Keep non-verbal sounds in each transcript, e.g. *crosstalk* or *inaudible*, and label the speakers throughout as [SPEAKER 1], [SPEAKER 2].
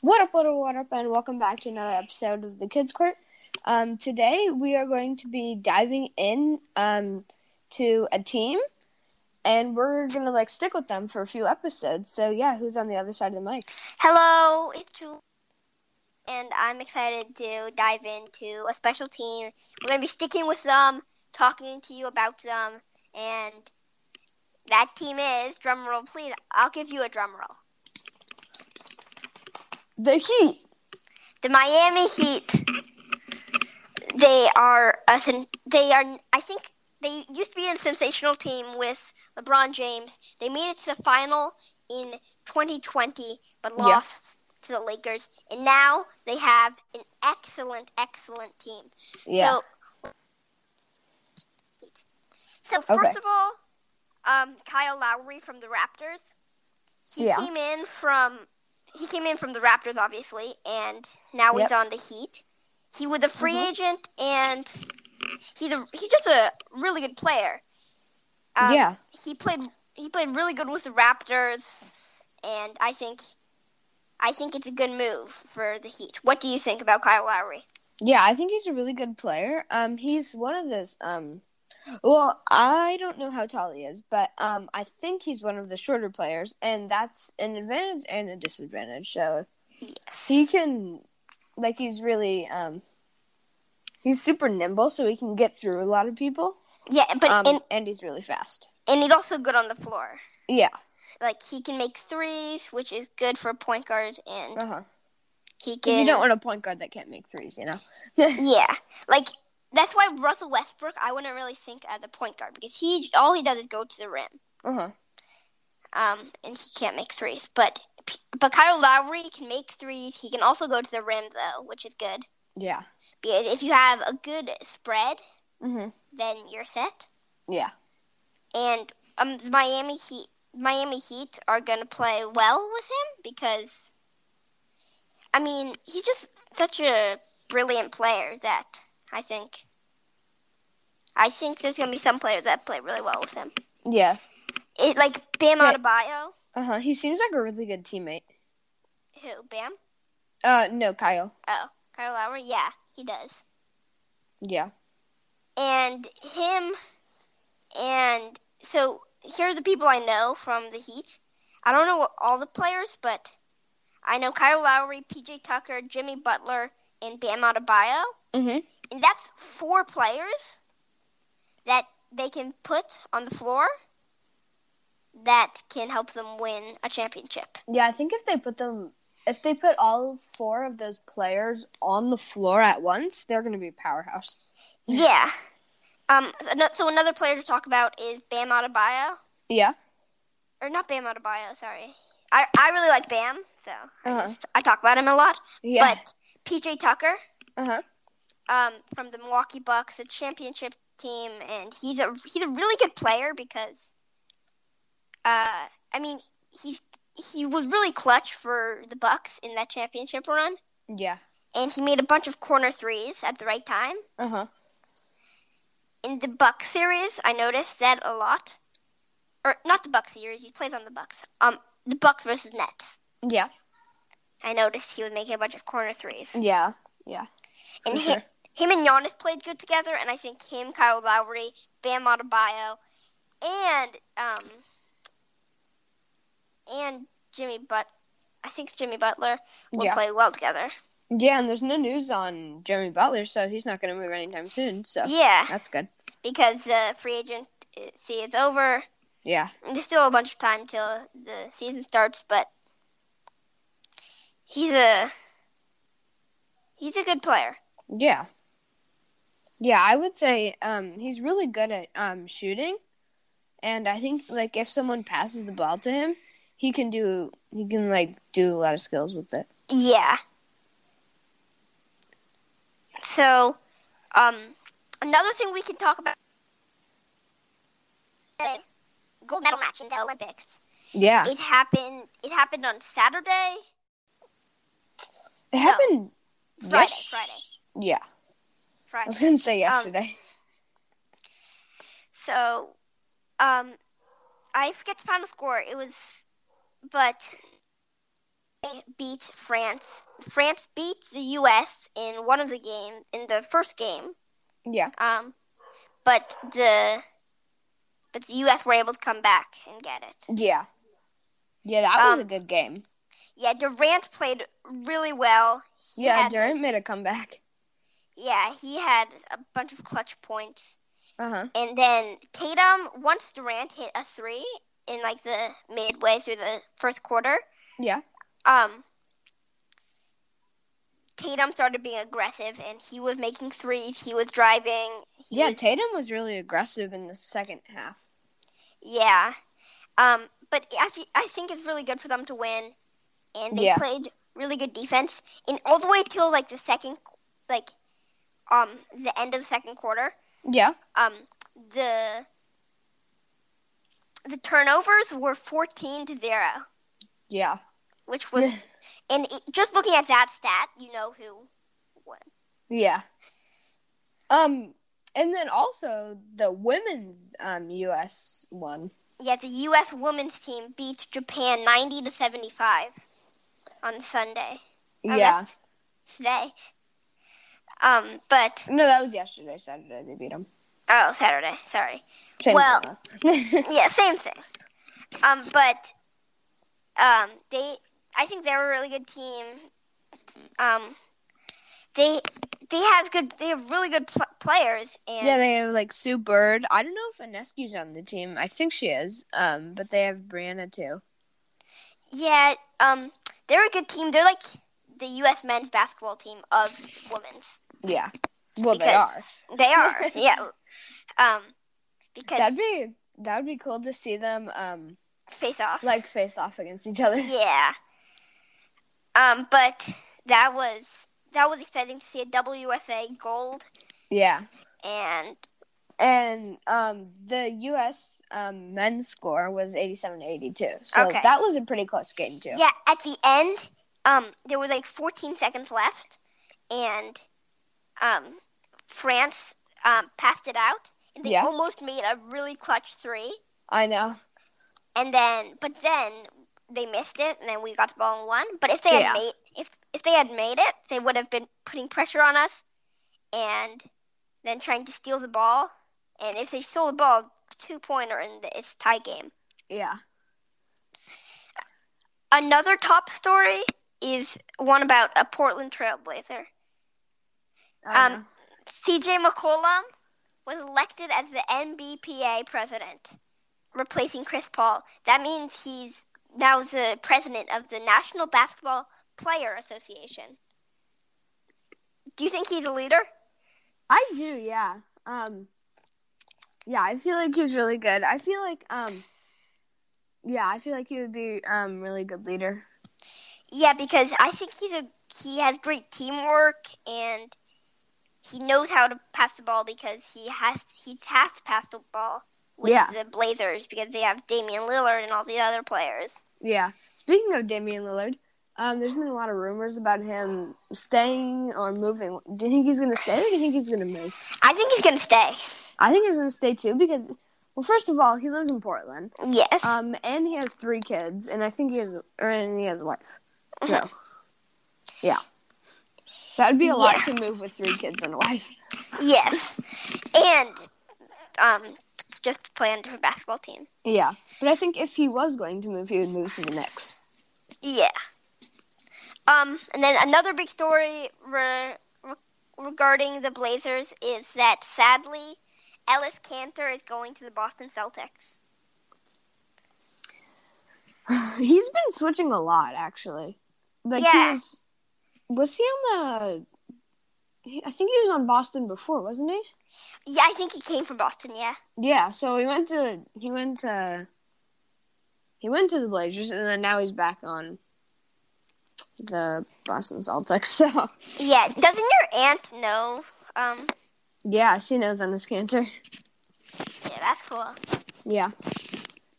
[SPEAKER 1] What up, what up, what up, and welcome back to another episode of the Kids Court. Um, today we are going to be diving in um, to a team, and we're gonna like stick with them for a few episodes. So yeah, who's on the other side of the mic?
[SPEAKER 2] Hello, it's Julie, and I'm excited to dive into a special team. We're going to be sticking with them, talking to you about them, and that team is drum roll, please. I'll give you a drum roll.
[SPEAKER 1] The Heat.
[SPEAKER 2] The Miami Heat. They are a sen- they are I think they used to be a sensational team with LeBron James. They made it to the final in 2020 but
[SPEAKER 1] Yeah.
[SPEAKER 2] lost to the Lakers. And now they have an excellent excellent team.
[SPEAKER 1] Yeah.
[SPEAKER 2] So, so
[SPEAKER 1] Okay.
[SPEAKER 2] first of all, um, Kyle Lowry from the Raptors. He
[SPEAKER 1] Yeah.
[SPEAKER 2] came in from he came in from the Raptors, obviously, and now
[SPEAKER 1] Yep.
[SPEAKER 2] he's on the Heat. He was a free
[SPEAKER 1] Mhm.
[SPEAKER 2] agent, and he's a, he's just a really good player. Um,
[SPEAKER 1] yeah.
[SPEAKER 2] he played he played really good with the Raptors, and I think I think it's a good move for the Heat. What do you think about Kyle Lowry?
[SPEAKER 1] Yeah, I think he's a really good player. Um, he's one of those. Um, well, I don't know how tall he is, but um, I think he's one of the shorter players, and that's an advantage and a disadvantage. So he can, like, he's really um, he's super nimble, so he can get through a lot of people.
[SPEAKER 2] Yeah, but
[SPEAKER 1] um,
[SPEAKER 2] and,
[SPEAKER 1] and he's really fast.
[SPEAKER 2] and he's also good on the floor.
[SPEAKER 1] Yeah.
[SPEAKER 2] Like he can make threes, which is good for a point guard, and
[SPEAKER 1] Uh huh.
[SPEAKER 2] he can.
[SPEAKER 1] Because you don't want a point guard that can't make threes, you know.
[SPEAKER 2] Yeah, like that's why Russell Westbrook, I wouldn't really think as a point guard because he all he does is go to the rim,
[SPEAKER 1] Uh huh.
[SPEAKER 2] um, and he can't make threes. But but Kyle Lowry can make threes. He can also go to the rim though, which is good.
[SPEAKER 1] Yeah.
[SPEAKER 2] Because if you have a good spread,
[SPEAKER 1] Mhm.
[SPEAKER 2] then you're set.
[SPEAKER 1] Yeah.
[SPEAKER 2] And um, the Miami Heat, Miami Heat are gonna play well with him because, I mean, he's just such a brilliant player that I think. I think there's gonna be some players that play really well with him.
[SPEAKER 1] Yeah.
[SPEAKER 2] It like Bam
[SPEAKER 1] Yeah.
[SPEAKER 2] Adebayo,
[SPEAKER 1] Uh huh. He seems like a really good teammate.
[SPEAKER 2] who Bam?
[SPEAKER 1] Uh, no, Kyle.
[SPEAKER 2] Oh, Kyle Lowry. Yeah, he does.
[SPEAKER 1] Yeah.
[SPEAKER 2] And him, and so here are the people I know from the Heat. I don't know all the players, but I know Kyle Lowry, PJ Tucker, Jimmy Butler, and Bam Adebayo.
[SPEAKER 1] Mm-hmm.
[SPEAKER 2] And that's four players that they can put on the floor that can help them win a championship.
[SPEAKER 1] Yeah, I think if they put them, if they put all four of those players on the floor at once, they're going to be a powerhouse.
[SPEAKER 2] Yeah. Um. ano- So another player to talk about is Bam Adebayo,
[SPEAKER 1] Yeah.
[SPEAKER 2] or not Bam Adebayo. Sorry. I I really like Bam, so
[SPEAKER 1] Uh-huh.
[SPEAKER 2] I, just, I talk about him a lot.
[SPEAKER 1] Yeah.
[SPEAKER 2] But PJ Tucker,
[SPEAKER 1] Uh huh.
[SPEAKER 2] um, from the Milwaukee Bucks, the championship team, and he's a he's a really good player because, uh, I mean he's he was really clutch for the Bucks in that championship run,
[SPEAKER 1] Yeah.
[SPEAKER 2] and he made a bunch of corner threes at the right time.
[SPEAKER 1] Uh huh.
[SPEAKER 2] in the Buck series, I noticed that a lot. Or not the Buck series. He plays on the Bucks. Um, the Bucks versus Nets.
[SPEAKER 1] Yeah.
[SPEAKER 2] I noticed he was making a bunch of corner threes.
[SPEAKER 1] Yeah. Yeah.
[SPEAKER 2] And
[SPEAKER 1] Mm,
[SPEAKER 2] *laughs*
[SPEAKER 1] sure.
[SPEAKER 2] him, him and Giannis played good together. And I think him, Kyle Lowry, Bam Adebayo, and um, and Jimmy But, I think Jimmy Butler will
[SPEAKER 1] Yeah.
[SPEAKER 2] play well together.
[SPEAKER 1] Yeah, and there's no news on Jeremy Butler, so he's not going to move anytime soon. So
[SPEAKER 2] Yeah,
[SPEAKER 1] that's good.
[SPEAKER 2] because the free agency is over.
[SPEAKER 1] Yeah.
[SPEAKER 2] There's still a bunch of time till the season starts, but he's a he's a good player.
[SPEAKER 1] Yeah. Yeah, I would say um, he's really good at um, shooting, and I think like if someone passes the ball to him, he can do he can like do a lot of skills with it.
[SPEAKER 2] Yeah. So, um, another thing we can talk about the gold medal match in the Olympics.
[SPEAKER 1] Yeah.
[SPEAKER 2] It happened. It happened on Saturday,
[SPEAKER 1] It happened
[SPEAKER 2] Friday,
[SPEAKER 1] yes-
[SPEAKER 2] Friday, Um,
[SPEAKER 1] Yeah, I was
[SPEAKER 2] Friday.
[SPEAKER 1] gonna say yesterday. *laughs*
[SPEAKER 2] So, um, I forget the final score. It was, but they beat France. France beat the U.S. in one of the game in the first game.
[SPEAKER 1] Yeah.
[SPEAKER 2] Um, but the but the U.S. were able to come back and get it.
[SPEAKER 1] Yeah. Yeah, that was
[SPEAKER 2] Um,
[SPEAKER 1] a good game.
[SPEAKER 2] Yeah, Durant played really well. He
[SPEAKER 1] Yeah,
[SPEAKER 2] had-
[SPEAKER 1] Durant made a comeback.
[SPEAKER 2] Yeah, he had a bunch of clutch points.
[SPEAKER 1] Uh huh.
[SPEAKER 2] And then Tatum, once Durant hit a three in like the midway through the first quarter,
[SPEAKER 1] Yeah.
[SPEAKER 2] um, Tatum started being aggressive, and he was making threes. He was driving. He
[SPEAKER 1] Yeah,
[SPEAKER 2] was-
[SPEAKER 1] Tatum was really aggressive in the second half.
[SPEAKER 2] Yeah, um, but I fe- I think it's really good for them to win, and they
[SPEAKER 1] Yeah.
[SPEAKER 2] played really good defense, and all the way till like the second, like, um, the end of the second quarter.
[SPEAKER 1] Yeah.
[SPEAKER 2] um the the turnovers were 14 to 0
[SPEAKER 1] Yeah.
[SPEAKER 2] which was and it, just looking at that stat you know who won
[SPEAKER 1] Yeah. Um, and then also the women's um U.S. one.
[SPEAKER 2] yeah the us women's team beat japan 90 to 75 on sunday Oh,
[SPEAKER 1] yeah.
[SPEAKER 2] that's today um but
[SPEAKER 1] No, that was yesterday, Saturday. They beat them.
[SPEAKER 2] oh saturday
[SPEAKER 1] *laughs*
[SPEAKER 2] sorry Well- yeah same thing um but um they i think they're a really good team um they they have good they have really good pl- players and
[SPEAKER 1] yeah, they have like Sue Bird. I don't know if Inescu's on the team. I think she is. Um, but they have Brianna too.
[SPEAKER 2] yeah um they're a good team they're like the us men's basketball team of women's
[SPEAKER 1] Yeah. Well, they
[SPEAKER 2] Because-
[SPEAKER 1] are.
[SPEAKER 2] they
[SPEAKER 1] *laughs*
[SPEAKER 2] are yeah um because
[SPEAKER 1] That'd be that would be cool to see them um
[SPEAKER 2] face off
[SPEAKER 1] like face off against each other.
[SPEAKER 2] yeah um but that was that was exciting to see a WSA gold
[SPEAKER 1] Yeah.
[SPEAKER 2] and
[SPEAKER 1] And um, the U.S. Um, men's score was 87 to 82. So
[SPEAKER 2] Okay.
[SPEAKER 1] that was a pretty close game, too.
[SPEAKER 2] Yeah, at the end, um, there were like 14 seconds left, and um, France um, passed it out, and they
[SPEAKER 1] Yeah.
[SPEAKER 2] almost made a really clutch three,
[SPEAKER 1] I know.
[SPEAKER 2] and then but then they missed it, and then we got the ball and won. But if they
[SPEAKER 1] Yeah.
[SPEAKER 2] had made if if they had made it, they would have been putting pressure on us, and then trying to steal the ball, and if they stole the ball, two pointer, and it's tie game.
[SPEAKER 1] Yeah.
[SPEAKER 2] another top story is one about a Portland Trailblazer.
[SPEAKER 1] I
[SPEAKER 2] Um,
[SPEAKER 1] know.
[SPEAKER 2] CJ McCollum was elected as the NBPA president, replacing Chris Paul. That means he's now the president of the National Basketball Player Association. Do you think he's a leader?
[SPEAKER 1] I do, yeah. Um, yeah, I feel like he's really good. I feel like, um, yeah, I feel like he would be um really good leader.
[SPEAKER 2] Yeah, because I think he's a he has great teamwork and he knows how to pass the ball because he has he has to pass the ball with
[SPEAKER 1] Yeah.
[SPEAKER 2] the Blazers because they have Damian Lillard and all the other players.
[SPEAKER 1] Yeah. Speaking of Damian Lillard, um, there's been a lot of rumors about him staying or moving. Do you think he's going to stay or do you think he's going to move?
[SPEAKER 2] I think he's gonna stay.
[SPEAKER 1] I think he's going to stay, too, because, well, first of all, he lives in Portland.
[SPEAKER 2] Yes.
[SPEAKER 1] Um, and he has three kids, and I think he has, or and he has a wife. So, yeah, that would be a lot
[SPEAKER 2] Yeah.
[SPEAKER 1] to move with three kids and a wife.
[SPEAKER 2] yes. And um just to play on a different basketball team.
[SPEAKER 1] Yeah, but I think if he was going to move, he would move to the Knicks. *sighs*
[SPEAKER 2] Yeah. Um, and then another big story re- re- regarding the Blazers is that sadly, Ellis Cantor is going to the Boston Celtics.
[SPEAKER 1] He's been switching a lot, actually. Like he
[SPEAKER 2] Yeah.
[SPEAKER 1] was, was he on the? he- I think he was on Boston before, wasn't he?
[SPEAKER 2] Yeah, I think he came from Boston. Yeah.
[SPEAKER 1] Yeah. So he went to he went to he went to the Blazers, and then now he's back on the Boston Celtics. *laughs* So.
[SPEAKER 2] Yeah. Doesn't your aunt know? Um,
[SPEAKER 1] Yeah, she knows Ennis Cantor.
[SPEAKER 2] yeah, that's cool.
[SPEAKER 1] Yeah.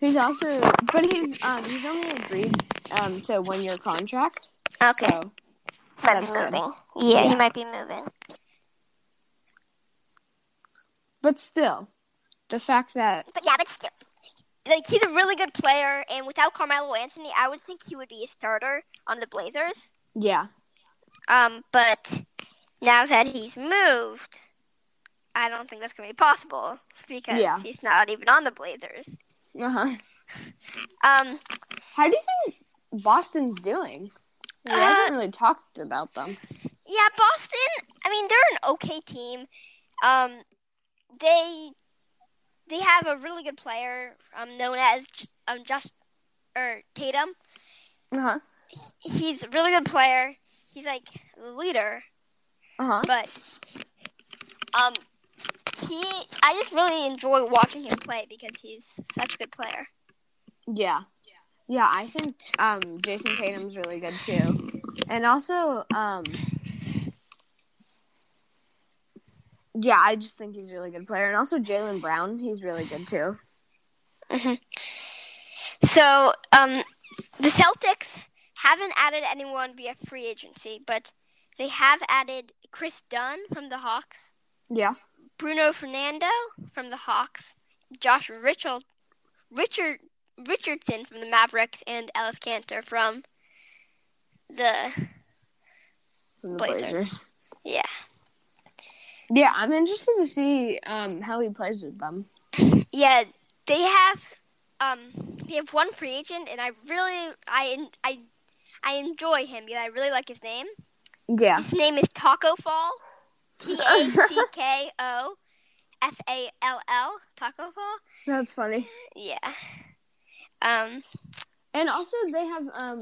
[SPEAKER 1] He's also but he's um he's only agreed um to a one year contract.
[SPEAKER 2] Okay.
[SPEAKER 1] So
[SPEAKER 2] might be
[SPEAKER 1] that's good.
[SPEAKER 2] moving. Yeah,
[SPEAKER 1] Yeah.
[SPEAKER 2] he might be moving.
[SPEAKER 1] but still the fact that
[SPEAKER 2] But yeah, but still. Like he's a really good player, and without Carmelo Anthony, I would think he would be a starter on the Blazers.
[SPEAKER 1] Yeah.
[SPEAKER 2] Um, but now that he's moved, I don't think that's gonna be possible because
[SPEAKER 1] Yeah.
[SPEAKER 2] he's not even on the Blazers.
[SPEAKER 1] Uh
[SPEAKER 2] Uh-huh.
[SPEAKER 1] huh.
[SPEAKER 2] Um,
[SPEAKER 1] How do you think Boston's doing? We
[SPEAKER 2] Uh,
[SPEAKER 1] haven't really talked about them.
[SPEAKER 2] yeah, Boston. I mean, they're an okay team. Um, they they have a really good player um, known as J- um Josh or Tatum.
[SPEAKER 1] Uh
[SPEAKER 2] Uh-huh,
[SPEAKER 1] huh.
[SPEAKER 2] He's a really good player. He's like the leader.
[SPEAKER 1] Uh huh.
[SPEAKER 2] but um he I just really enjoy watching him play because he's such a good player.
[SPEAKER 1] Yeah. Yeah, I think um, Jason Tatum's really good too. And also, um, yeah, I just think he's a really good player. And also, Jalen Brown, he's really good too.
[SPEAKER 2] So um the Celtics haven't added anyone via free agency, but they have added Chris Dunn from the Hawks,
[SPEAKER 1] Yeah.
[SPEAKER 2] Bruno Fernando from the Hawks, Josh Richard Richard Richardson from the Mavericks and Ellis Cantor from the
[SPEAKER 1] From the
[SPEAKER 2] Blazers.
[SPEAKER 1] Blazers.
[SPEAKER 2] yeah.
[SPEAKER 1] Yeah, I'm interested to see um, how he plays with them.
[SPEAKER 2] Yeah, they have um they have one free agent, and I really I I I enjoy him. Yeah, I really like his name.
[SPEAKER 1] Yeah.
[SPEAKER 2] His name is Taco Fall. T A C K O F A L L Taco Fall.
[SPEAKER 1] That's funny.
[SPEAKER 2] Yeah. Um.
[SPEAKER 1] And also, they have um,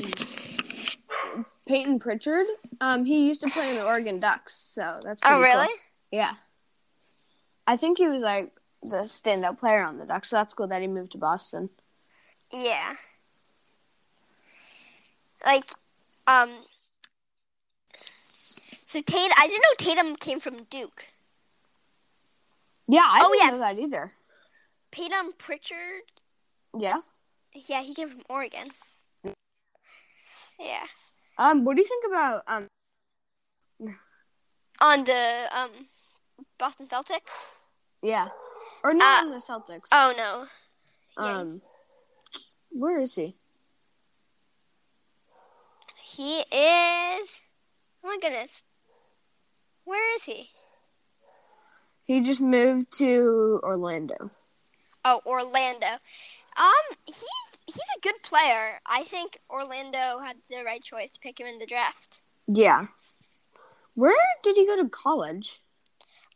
[SPEAKER 1] Peyton Pritchard. Um, he used to play in the Oregon Ducks, so that's pretty
[SPEAKER 2] Oh,
[SPEAKER 1] cool.
[SPEAKER 2] really?
[SPEAKER 1] Yeah. I think he was like the standout player on the Ducks, so that's cool that he moved to Boston.
[SPEAKER 2] Yeah. Like, um. So Tatum, I didn't know Tatum came from Duke.
[SPEAKER 1] Yeah, I
[SPEAKER 2] Oh,
[SPEAKER 1] didn't
[SPEAKER 2] yeah.
[SPEAKER 1] know that either.
[SPEAKER 2] Tatum Pritchard
[SPEAKER 1] Yeah.
[SPEAKER 2] Yeah, he came from Oregon. Yeah.
[SPEAKER 1] Um, what do you think about um
[SPEAKER 2] On the um Boston Celtics?
[SPEAKER 1] yeah. Or not
[SPEAKER 2] Uh,
[SPEAKER 1] on the Celtics.
[SPEAKER 2] Oh no. yeah.
[SPEAKER 1] um where is he?
[SPEAKER 2] He is Oh my goodness. Where is he?
[SPEAKER 1] He just moved to Orlando.
[SPEAKER 2] Oh, Orlando. Um he he's a good player. I think Orlando had the right choice to pick him in the draft.
[SPEAKER 1] Yeah. Where did he go to college?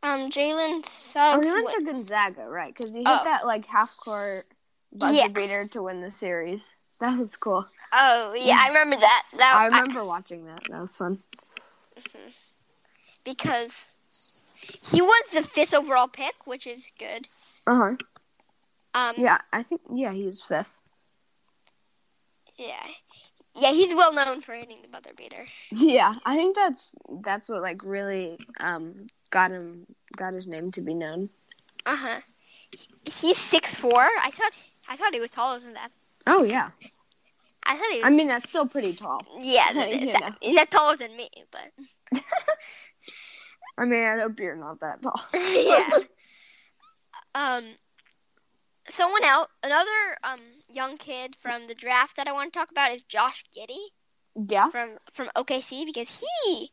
[SPEAKER 2] Um
[SPEAKER 1] Oh,
[SPEAKER 2] Jalen Suggs.
[SPEAKER 1] he went
[SPEAKER 2] wa-
[SPEAKER 1] to Gonzaga, right? Because he hit
[SPEAKER 2] Oh.
[SPEAKER 1] that like half court buzzer
[SPEAKER 2] Yeah.
[SPEAKER 1] beater to win the series. That was cool.
[SPEAKER 2] oh yeah, I remember that. That
[SPEAKER 1] I remember watching that. That was fun.
[SPEAKER 2] because he was the fifth overall pick, which is good.
[SPEAKER 1] Uh huh.
[SPEAKER 2] Um
[SPEAKER 1] Yeah, I think yeah, he was fifth. *laughs*
[SPEAKER 2] Yeah. Yeah, he's well known for hitting the buzzer beater.
[SPEAKER 1] Yeah, I think that's that's what like really um got him got his name to be known.
[SPEAKER 2] Uh
[SPEAKER 1] Uh-huh.
[SPEAKER 2] huh. He's six four. I thought I thought he was taller than that.
[SPEAKER 1] Oh yeah,
[SPEAKER 2] I thought he was.
[SPEAKER 1] I mean that's still pretty tall.
[SPEAKER 2] yeah, that is.
[SPEAKER 1] you know.
[SPEAKER 2] He's not taller than me,
[SPEAKER 1] *laughs*
[SPEAKER 2] but
[SPEAKER 1] I mean I hope you're not that tall.
[SPEAKER 2] yeah. um, someone else, another um young kid from the draft that I want to talk about is Josh Giddy
[SPEAKER 1] *laughs* yeah,
[SPEAKER 2] from from OKC because he,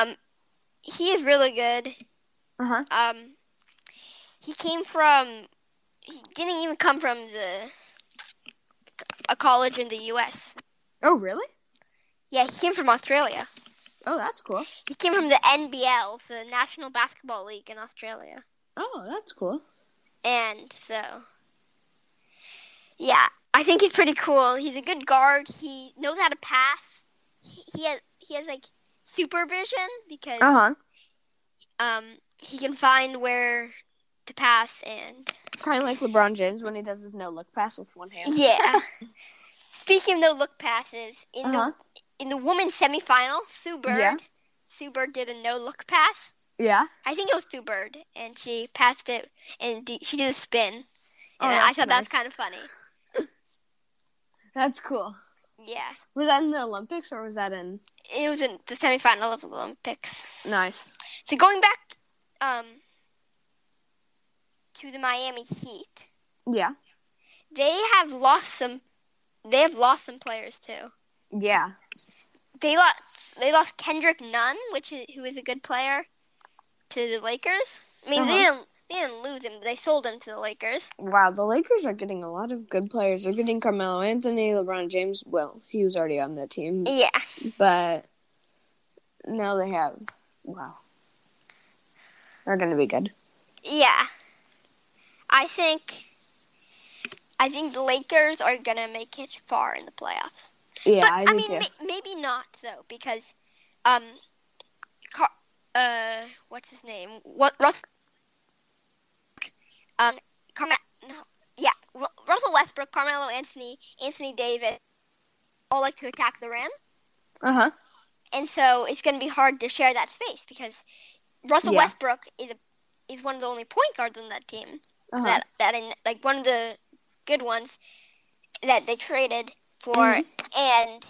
[SPEAKER 2] um, he is really good.
[SPEAKER 1] uh huh.
[SPEAKER 2] Um, he came from. He didn't even come from the a college in the U.S.
[SPEAKER 1] Oh really?
[SPEAKER 2] Yeah, he came from Australia.
[SPEAKER 1] Oh that's cool.
[SPEAKER 2] He came from the NBL, the National Basketball League in Australia,
[SPEAKER 1] Oh that's cool.
[SPEAKER 2] and so. Yeah, I think he's pretty cool. He's a good guard. He knows how to pass. He, he has he has like supervision because
[SPEAKER 1] Uh huh.
[SPEAKER 2] um he can find where to pass and
[SPEAKER 1] Kind of like LeBron James when he does his no look pass with one hand.
[SPEAKER 2] Yeah.
[SPEAKER 1] *laughs*
[SPEAKER 2] Speaking of no look passes, in
[SPEAKER 1] Uh-huh.
[SPEAKER 2] the in the women's semifinal, Sue Bird
[SPEAKER 1] Yeah.
[SPEAKER 2] Sue Bird did a no look pass.
[SPEAKER 1] Yeah.
[SPEAKER 2] I think it was Sue Bird, and she passed it, and d- she did a spin. And
[SPEAKER 1] Oh,
[SPEAKER 2] I
[SPEAKER 1] that's
[SPEAKER 2] thought that was
[SPEAKER 1] nice.
[SPEAKER 2] kind of funny.
[SPEAKER 1] That's cool.
[SPEAKER 2] Yeah,
[SPEAKER 1] Was that in the Olympics or was that in?
[SPEAKER 2] it was in the semifinal of the Olympics.
[SPEAKER 1] Nice.
[SPEAKER 2] So going back, um, to the Miami Heat,
[SPEAKER 1] Yeah.
[SPEAKER 2] they have lost some. They have lost some players too.
[SPEAKER 1] Yeah.
[SPEAKER 2] they lost they lost Kendrick Nunn, which is, who is a good player, to the Lakers. I mean, they
[SPEAKER 1] Uh-huh.
[SPEAKER 2] didn't they didn't lose him; they sold him to the Lakers.
[SPEAKER 1] Wow, the Lakers are getting a lot of good players. They're getting Carmelo Anthony, LeBron James. Well, he was already on that team,
[SPEAKER 2] Yeah,
[SPEAKER 1] but now they have. Wow, they're gonna be good.
[SPEAKER 2] yeah. I think I think the Lakers are gonna make it far in the playoffs.
[SPEAKER 1] Yeah,
[SPEAKER 2] but
[SPEAKER 1] I,
[SPEAKER 2] I,
[SPEAKER 1] do
[SPEAKER 2] mean,
[SPEAKER 1] too.
[SPEAKER 2] ma- maybe not though, because um, Car- uh, what's his name? What Russell? Um, Carmel. No, yeah, Ru- Russell Westbrook, Carmelo Anthony, Anthony Davis, all like to attack the rim,
[SPEAKER 1] uh huh.
[SPEAKER 2] and so it's going to be hard to share that space because Russell
[SPEAKER 1] Yeah.
[SPEAKER 2] Westbrook is a, is one of the only point guards on that team
[SPEAKER 1] Uh-huh.
[SPEAKER 2] that that in, like one of the good ones that they traded for
[SPEAKER 1] Mhm.
[SPEAKER 2] and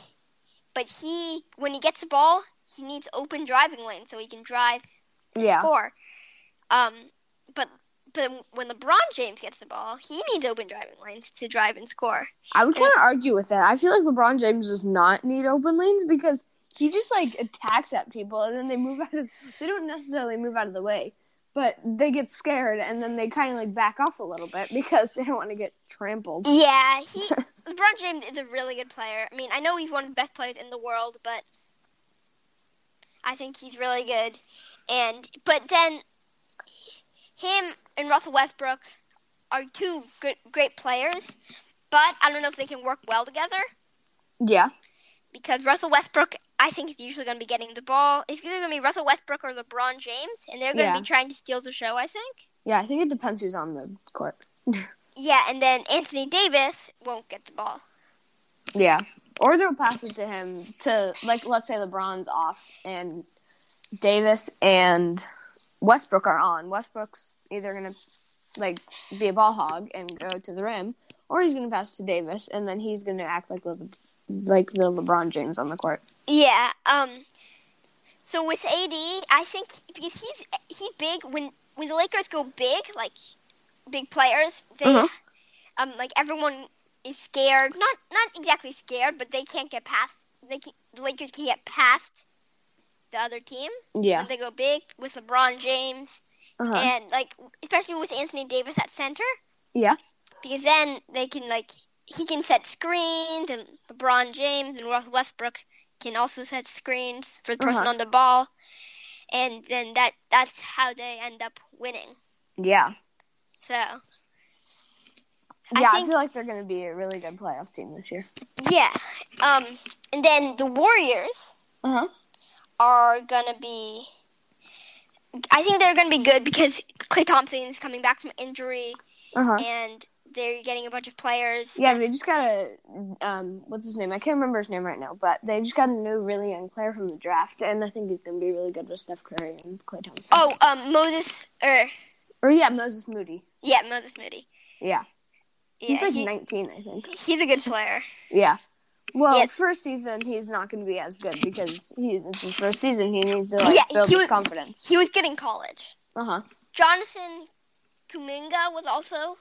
[SPEAKER 2] but he when he gets the ball he needs open driving lane so he can drive and
[SPEAKER 1] yeah.
[SPEAKER 2] score um but but when LeBron James gets the ball he needs open driving lanes to drive and score
[SPEAKER 1] I would kind of argue with that. I feel like LeBron James does not need open lanes because he just like attacks at people and then they move *laughs* out of. They don't necessarily move out of the way, but they get scared and then they kind of like back off a little bit *laughs* because they don't want to get trampled.
[SPEAKER 2] yeah he LeBron James is a really good player I mean I know he's one of the best players in the world but I think he's really good and but then him and Russell Westbrook are two good, great players, but I don't know if they can work well together
[SPEAKER 1] Yeah.
[SPEAKER 2] because Russell Westbrook, I think, is usually going to be getting the ball. It's either going to be Russell Westbrook or LeBron James, and they're going to
[SPEAKER 1] Yeah.
[SPEAKER 2] be trying to steal the show, I think.
[SPEAKER 1] Yeah, I think it depends who's on the court.
[SPEAKER 2] Yeah, and then Anthony Davis won't get the ball.
[SPEAKER 1] Yeah. Or they'll pass it to him to like let's say LeBron's off and Davis and Westbrook are on. Westbrook's either gonna like be a ball hog and go to the rim, or he's gonna pass to Davis and then he's gonna act like Le- like the LeBron James on the court.
[SPEAKER 2] Yeah. Um. So with AD, I think because he's he's big when when the Lakers go big, like big players, they
[SPEAKER 1] Mhm.
[SPEAKER 2] um like everyone is scared. Not not exactly scared, but they can't get past. They can, the Lakers can get past the other team
[SPEAKER 1] Yeah.
[SPEAKER 2] when they go big with LeBron James
[SPEAKER 1] Uh-huh.
[SPEAKER 2] and like especially with Anthony Davis at center
[SPEAKER 1] yeah.
[SPEAKER 2] because then they can like he can set screens and LeBron James and Russell Westbrook can also set screens for the person
[SPEAKER 1] Uh-huh.
[SPEAKER 2] on the ball, and then that that's how they end up winning.
[SPEAKER 1] Yeah.
[SPEAKER 2] So I
[SPEAKER 1] Yeah, I,
[SPEAKER 2] think-
[SPEAKER 1] feel like they're gonna be a really good playoff team this year.
[SPEAKER 2] yeah, um, and then the Warriors
[SPEAKER 1] Uh-huh.
[SPEAKER 2] are gonna be. I think they're gonna be good because Clay Thompson is coming back from injury,
[SPEAKER 1] Uh-huh.
[SPEAKER 2] and they're getting a bunch of players.
[SPEAKER 1] Yeah, they just got a um, what's his name? I can't remember his name right now, but they just got a new, really young player from the draft, and I think he's going to be really good with Steph Curry and Clay Thompson.
[SPEAKER 2] Oh, um, Moses or
[SPEAKER 1] or yeah, Moses Moody.
[SPEAKER 2] yeah, Moses Moody.
[SPEAKER 1] Yeah,
[SPEAKER 2] Yeah,
[SPEAKER 1] he's like
[SPEAKER 2] he-
[SPEAKER 1] nineteen, I think.
[SPEAKER 2] He's a good player.
[SPEAKER 1] Yeah. Well,
[SPEAKER 2] Yes.
[SPEAKER 1] first season he's not going to be as good because he it's his first season. He needs to like
[SPEAKER 2] Yeah,
[SPEAKER 1] build
[SPEAKER 2] he
[SPEAKER 1] his
[SPEAKER 2] was-
[SPEAKER 1] confidence.
[SPEAKER 2] He was good in college.
[SPEAKER 1] Uh huh.
[SPEAKER 2] Jonathan Kuminga was also.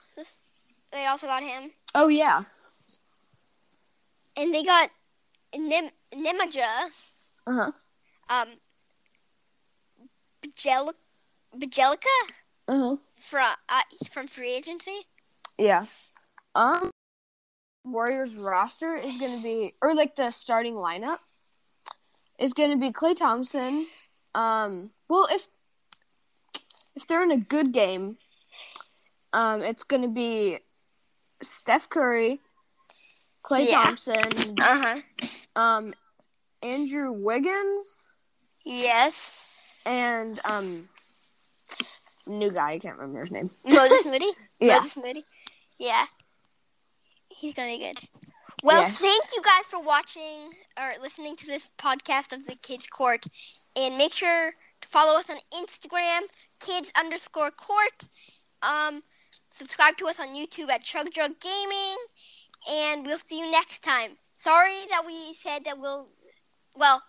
[SPEAKER 2] They also got him,
[SPEAKER 1] Oh yeah.
[SPEAKER 2] and they got Nim Nimaja,
[SPEAKER 1] Uh huh.
[SPEAKER 2] um, Bjel- Bjelica
[SPEAKER 1] Uh huh.
[SPEAKER 2] from uh, from free agency.
[SPEAKER 1] Yeah. Um Warriors roster is going to be or like the starting lineup is going to be Clay Thompson. Um well if if they're in a good game um it's going to be Steph Curry, Clay
[SPEAKER 2] Yeah.
[SPEAKER 1] Thompson,
[SPEAKER 2] Uh huh.
[SPEAKER 1] um Andrew Wiggins
[SPEAKER 2] Yes.
[SPEAKER 1] and um new guy, I can't remember his name.
[SPEAKER 2] Moses Moody.
[SPEAKER 1] Yeah.
[SPEAKER 2] Moses Moody. Yeah. He's gonna be good. Well,
[SPEAKER 1] Yeah.
[SPEAKER 2] thank you guys for watching or listening to this podcast of the Kids Court, and make sure to follow us on Instagram, kids underscore court. Um, subscribe to us on YouTube at Chug Jug Gaming, and we'll see you next time. Sorry that we said that we'll, well,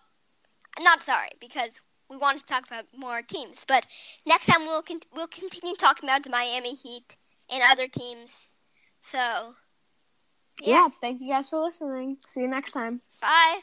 [SPEAKER 2] not sorry because we wanted to talk about more teams, but next time we'll con- we'll continue talking about the Miami Heat and other teams. So,
[SPEAKER 1] yeah, thank you guys for listening. See you next time.
[SPEAKER 2] bye.